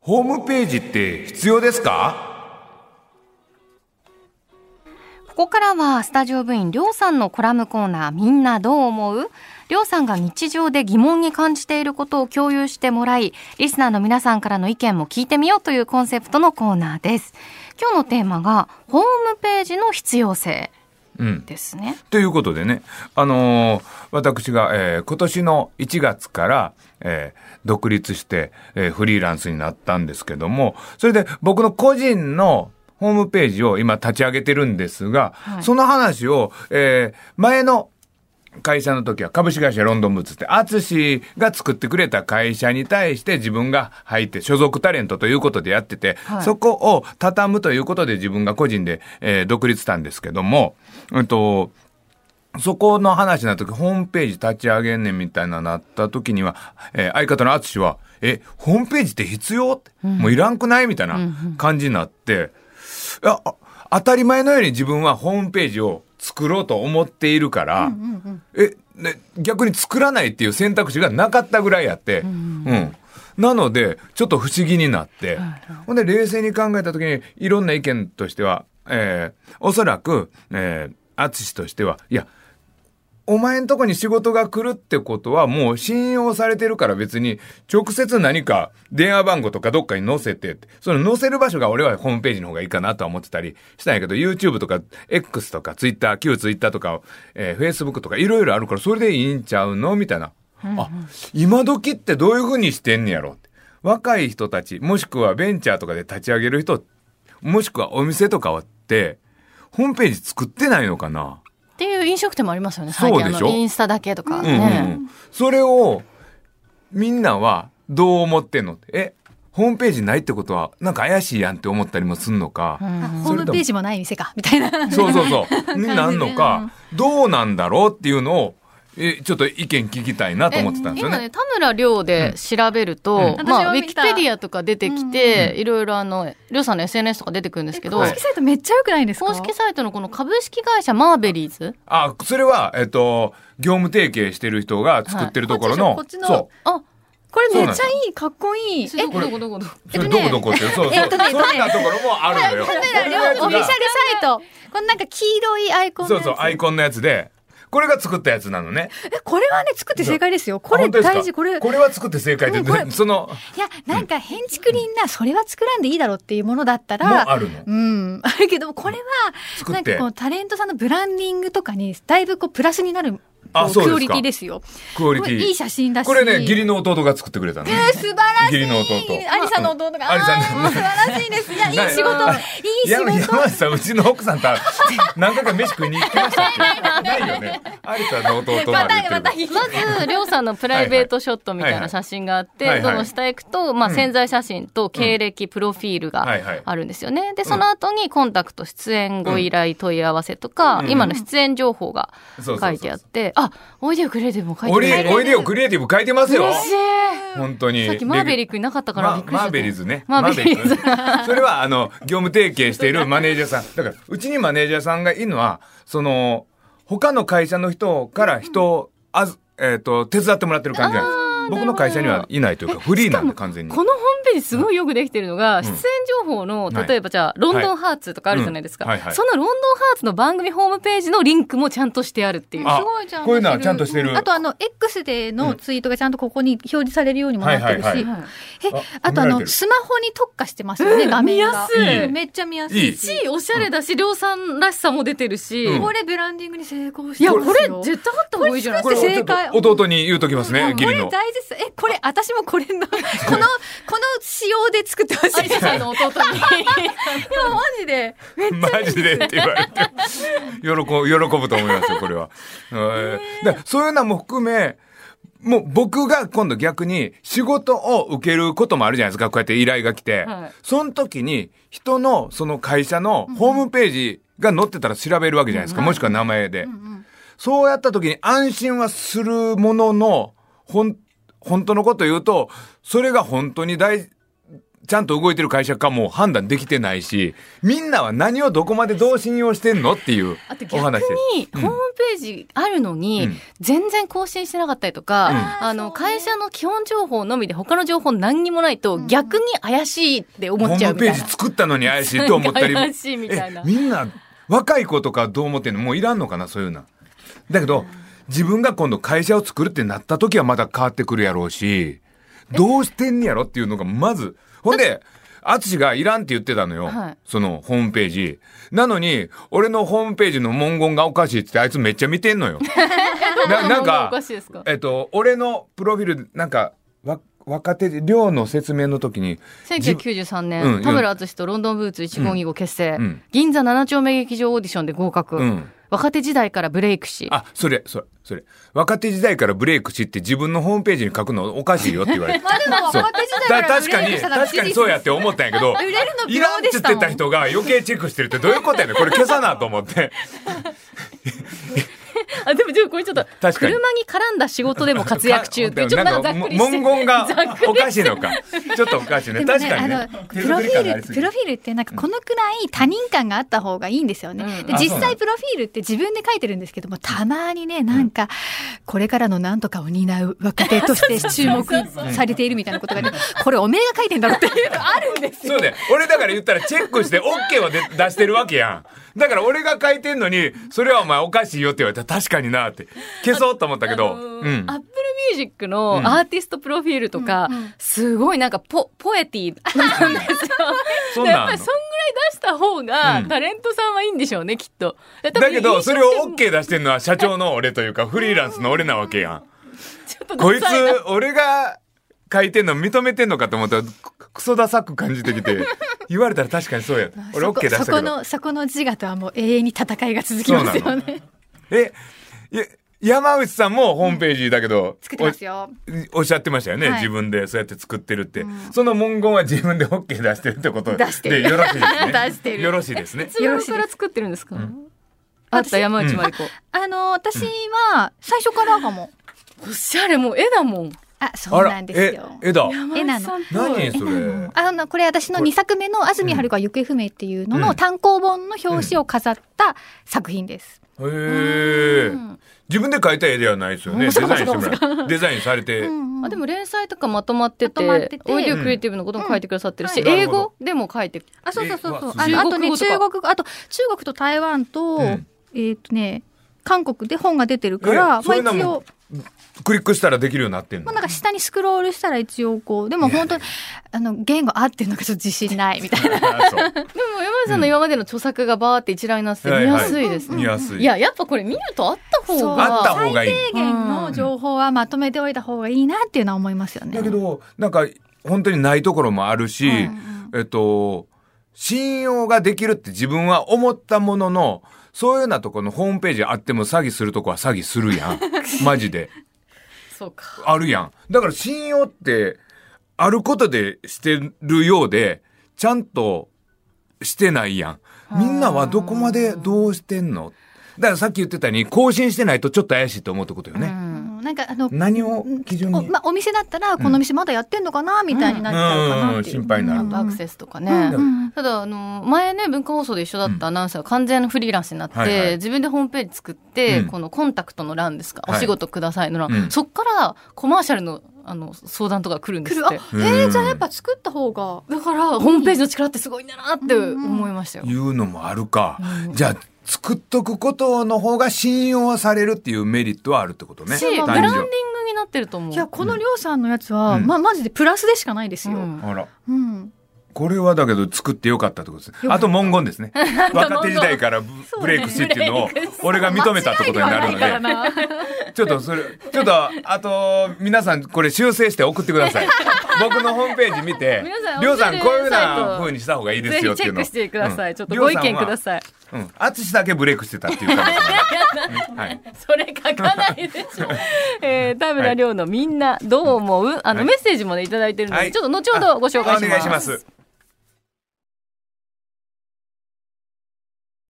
ホームページって必要ですかここからはスタジオ部員りょうさんのコラムコーナーみんなどう思うりょうさんが日常で疑問に感じていることを共有してもらいリスナーの皆さんからの意見も聞いてみようというコンセプトのコーナーです今日のテーマがホームページの必要性うん。ですねということでね、あのー私が、えー今年の1月から、えー独立して、えーフリーランスになったんですけども、それで僕の個人のホームページを今立ち上げてるんですが、はいその話を、えー前の会社の時は株式会社ロンドンブーツって、アツシが作ってくれた会社に対して自分が入って所属タレントということでやってて、はいそこを畳むということで自分が個人で、えー独立したんですけども、うんと、そこの話な時、ホームページ立ち上げんねんみたいななった時には、えー相方の淳は、え、ホームページって必要って、もういらんくないみたいな感じになって、いや、あ当たり前のように自分はホームページを作ろうと思っているから、え、ね、逆に作らないっていう選択肢がなかったぐらいやって、うん、なので、ちょっと不思議になって、ほんで冷静に考えた時に、いろんな意見としては、えーおそらく、えー、淳としては、いや、お前んとこに仕事が来るってことはもう信用されてるから別に直接何か電話番号とかどっかに載せてって、その載せる場所が俺はホームページの方がいいかなとは思ってたりしたんやけど、YouTube とか X とか Twitter、旧 Twitter とか、えー Facebook とかいろいろあるからそれでいいんちゃうのみたいな。あ、今時ってどういう風にしてんねやろって。若い人たち、もしくはベンチャーとかで立ち上げる人、もしくはお店とかはって、ホームページ作ってないのかなっていう飲食店もありますよね。最近あそうでしょのインスタだけとかうんうんうね。ん、それをみんなはどう思ってんのえホームページないってことはなんか怪しいやんって思ったりもすんのか、あんホームページもない店かみたいな。そうそう そうになんのかどうなんだろうっていうのをえちょっと意見聞きたいなと思ってたんですよ今ねね。田村亮で調べると、うん私まあもウィ見キたペディアとか出てきて、いろいろあの亮さんの SNS とか出てくるんですけど公式サイトめっちゃ良くないですか公式サイトのこの株式会社マーベリーズあそれは、えっと、業務提携してる人が作ってるところの、こっちでしょこっちのそあこれめっちゃいい、かっこいい。えどこどこどこどこうそれどこどこっていう、そうそう、そういったところもあるのよ。カメラ両オフィシャルサイト。このなんか黄色いアイコンのそやうつそうアイコンのやつでこれが作ったやつなのね。え、これはね、作って正解ですよ。これ本当ですか大事、これ。いこれは作って正解で、うんこれ そのや、なんか変竹林な、それは作らんでいいだろうっていうものだったもあら、るのうん、あるけど、これは、作っなんかてこう、タレントさんのブランディングとかに、だいぶこう、プラスになる、あこうそうですかクオリティですよ。クオリテこれィいい写真だし。これね義理の弟が作ってくれたの、ねえー素晴らしい。義理の弟アリさんの弟が。アリさんのあーもう素晴らしいです。いや、いい仕事な。いい仕山事。山内さんうちの奥さんと 何回か飯食いに行きましたっけないよね有田の弟まま、で言ったてまるかたら聞いて、まず、りょうさんのプライベートショットみたいな写真があって、はいはいどの下行くと、まあ、潜在写真と経歴、プロフィールがはいはいあるんですよね。で、その後にコンタクト、出演ご依頼、問い合わせとか、うん今の出演情報がそうそうそう書いてあって、あ、おいでよくれでも書いおてりある。おいでよクリエイティブ書いてますよ嬉しい。本当にさっきマーベリックいなかったからびマっくりしちゃマっーたベリーズね。マーベリーズマーベリーズそれは、あの、業務提携しているマネージャーさん。だから、うちにマネージャーさんがいるのは、その、他の会社の人から人を、あず、えっ、と、手伝ってもらってる感じなんです。僕の会社にはいないというか、フリーなんで完全に。このホームページすごいよくできてるのが、出演情報の、はい例えばじゃあ、ロンドンハーツとかあるじゃないですか。うんはいはいそのロンドンハーツの番組ホームページのリンクもちゃんとしてあるっていう。あすごいちゃんとしてこるういうのはちゃんとしてる。あとあの X でのツイートがちゃんとここに表示されるようにもなってるし、はいはいはいえああとあ見られてのるスマホに特化してますよね、画面が見やすいうんめっちゃ見やすいいいしし、おしゃれだし、りょうさんらしさも出てるし。うんこれブランディングに成功いしてや、ますこよれ絶対あった方がいいじゃないこれ、正解ちょっと弟に言うときますね、義こ理れの。大事ですえこれ私もこれのこのこの仕様で作ってほしい有田さんの弟に。いやマジでめっち ゃマジでって言われて 喜ぶ喜ぶと思いますよこれは、えーだからそういうのも含めもう僕が今度逆に仕事を受けることもあるじゃないですかこうやって依頼が来て、はいその時に人のその会社のホームページが載ってたら調べるわけじゃないですか、もしくは名前で、そうやった時に安心はするもののほん本当のこと言うとそれが本当に大ちゃんと動いてる会社かも判断できてないし、みんなは何をどこまでどう信用してんのっていうあと逆お話です。にホームページあるのに、うん全然更新してなかったりとか、うんああーそうのね会社の基本情報のみで他の情報何にもないと、うん逆に怪しいってホ思っちーゃうムみたペいーなジ作ったのに怪しいと思ったりも。怪しいみたいなえみんな若い子とかどう思ってんのもういらんのかなそういうな。だけど自分が今度会社を作るってなった時はまた変わってくるやろうしどうしてんねやろっていうのがまずほんで淳がいらんって言ってたのよ、はいそのホームページなのに俺のホームページの文言がおかしいってあいつめっちゃ見てん のよななん何がおかかしいですかえっと俺のプロフィールなんかわ若手で寮の説明の時に1993年、うん田村淳とロンドンブーツ1525結成、うん銀座7丁目劇場オーディションで合格、うん若手時代からブレイクしあ、それ、それ、それ。若手時代からブレイクしって自分のホームページに書くのおかしいよって言われて。まあでもそう若手時代からだ確かに、確かにそうやって思ったんやけど、売れるのい美らん容ってで言しったてもんた人が余計チェックしてるってどういうことやねん。これ消さなと思って。あでもでもこれちょっと確かに車に絡んだ仕事でも活躍中っていうちょっとななんんかか ざっくりして文言がおかしいのか。ちょっとおかしいね。でも確ねかにあねの。手プロ作フりィ感がありーすルぎプてロフィールってなんかこのくらい他人感があった方がいいんですよね、うんであそうな実んだ際プロフィールって自分で書いてるんですけどもたまにねなんかこれからのなんとかを担う若手として注目されているみたいなことがねこれおめえが書いてんだろっていうのあるんですよそうだよ俺だから言ったらチェックして OK はで出してるわけやん。だから俺が書いてんのに、それはお前おかしいよって言われたら確かになって。消そうと思ったけど。あのーうんアップルミュージックうんのアーティストプロフィールとか、すごいなんかポポエティなんですよ。そんやなっんあぱんりのそんぐらい出した方が、うんタレントさんはいいんでしょうねきっと。だだけど、それをち OK 出してんのは社長の俺というか、フリーランスの俺なわけやょっとん。こいつダサな、俺が書いてんの認めてんのかと思ったら、くクソダサく感じてき て、言われたら確かにそうや。俺 OK 出した そこけそこど。のそこの自我とはもう永遠に戦いが続きますそうよねえ、いや山内さんもホームページだけど、作ってますよおおっしゃってましたよね、はい自分でそうやって作ってるって、その文言は自分で OK 出してるってことで出してるよろしいですね 出してるよろしいです ねいつ頃から作ってるんですか。あった私山内まりこ。あの私は最初からかもおしゃれもう絵だもん。あそうなんですよえ、えだ。絵山なの内さんっぽい何それ。あのこれ私のこれ2作目の「安住春子は行方不明」っていうのうのん単行本の表紙を飾った作品です。へえ。自分で描いた絵ではないですよね。デそうザかインしてもらう。デザインされて。あでも連載とかまとまっててまとまっててオーディオクリエイティブのことも書いてくださってるし、うんはい英語でも書いてあそうそうそうそうえあのわあとね中国中語国語あと中国と台湾と、うんえっ、とね韓国で本が出てるから、えまあ、そういうのも一応、クリックしたらできるようになってんの。まあ、なんか下にスクロールしたら一応こうでも本当にあの言語合ってるのかちょっと自信な いみたいなあそうでも山内さんの今までの著作がバーって一覧になっててはい見はいやすいですね。見やすいい。や、やっぱこれ見るとあった方が。あった方がいい。低減の情報はまとめておいた方がいいなっていうのは思いますよね。だけど、なんか、本当にないところもあるし、うんえっと、信用ができるって自分は思ったものの、そういうようなとこのホームページあっても詐欺するとこは詐欺するやん。マジで。そうか。あるやん。だから信用って、あることでしてるようで、ちゃんとしてないやん。みんなはどこまでどうしてんのだからさっき言ってたように、更新してないとちょっと怪しいと思うってことようね。ん。うんなんかあの何を基準お,、に。まあ、お店だったらこの店まだやってんのかなみたいになっちゃうかなっていう、うんうんうん心配になるアクセスとかね。うんただ、あの、前ね、文化放送で一緒だったアナウンサーが完全なフリーランスになって、はいはい自分でホームページ作って、うんこのコンタクトの欄ですか、はいお仕事くださいの欄、うんそっからコマーシャルの、あの、相談とか来るんですって。うんえー、じゃあやっぱ作った方がだから、ホームページの力ってすごいんだなって思いましたよ。いうのもあるか。じゃあ、作っとくことの方が信用されるっていうメリットはあるってことね。し、ブランディングになってると思う。いやこのりょうさんのやつは、うんまあマジでプラスでしかないですよ、ううんんあら。これはだけど作ってよかったってことですね。あと文言 ですね。若手時代からブブレイクしっていうのを俺が認めたってことになるので。なちょっとそれ、ちょっと、あと、皆さんこれ修正して送ってください。 僕のホームページ見て皆さ、んりょうさん面こう白いいうふうなサイト風にした方がいいでぜすよひっていチうェッの。クしてください。ちょっとりょうごさん意は見ください。 うん。淳だけブレイクしてたっていう感 じ。はい。それ書かないでしょ。えー、田村亮のみんなどう思う、あはのいメッセージもねいただいてるので、はいちょっと後ほどご紹介します。あお願いします。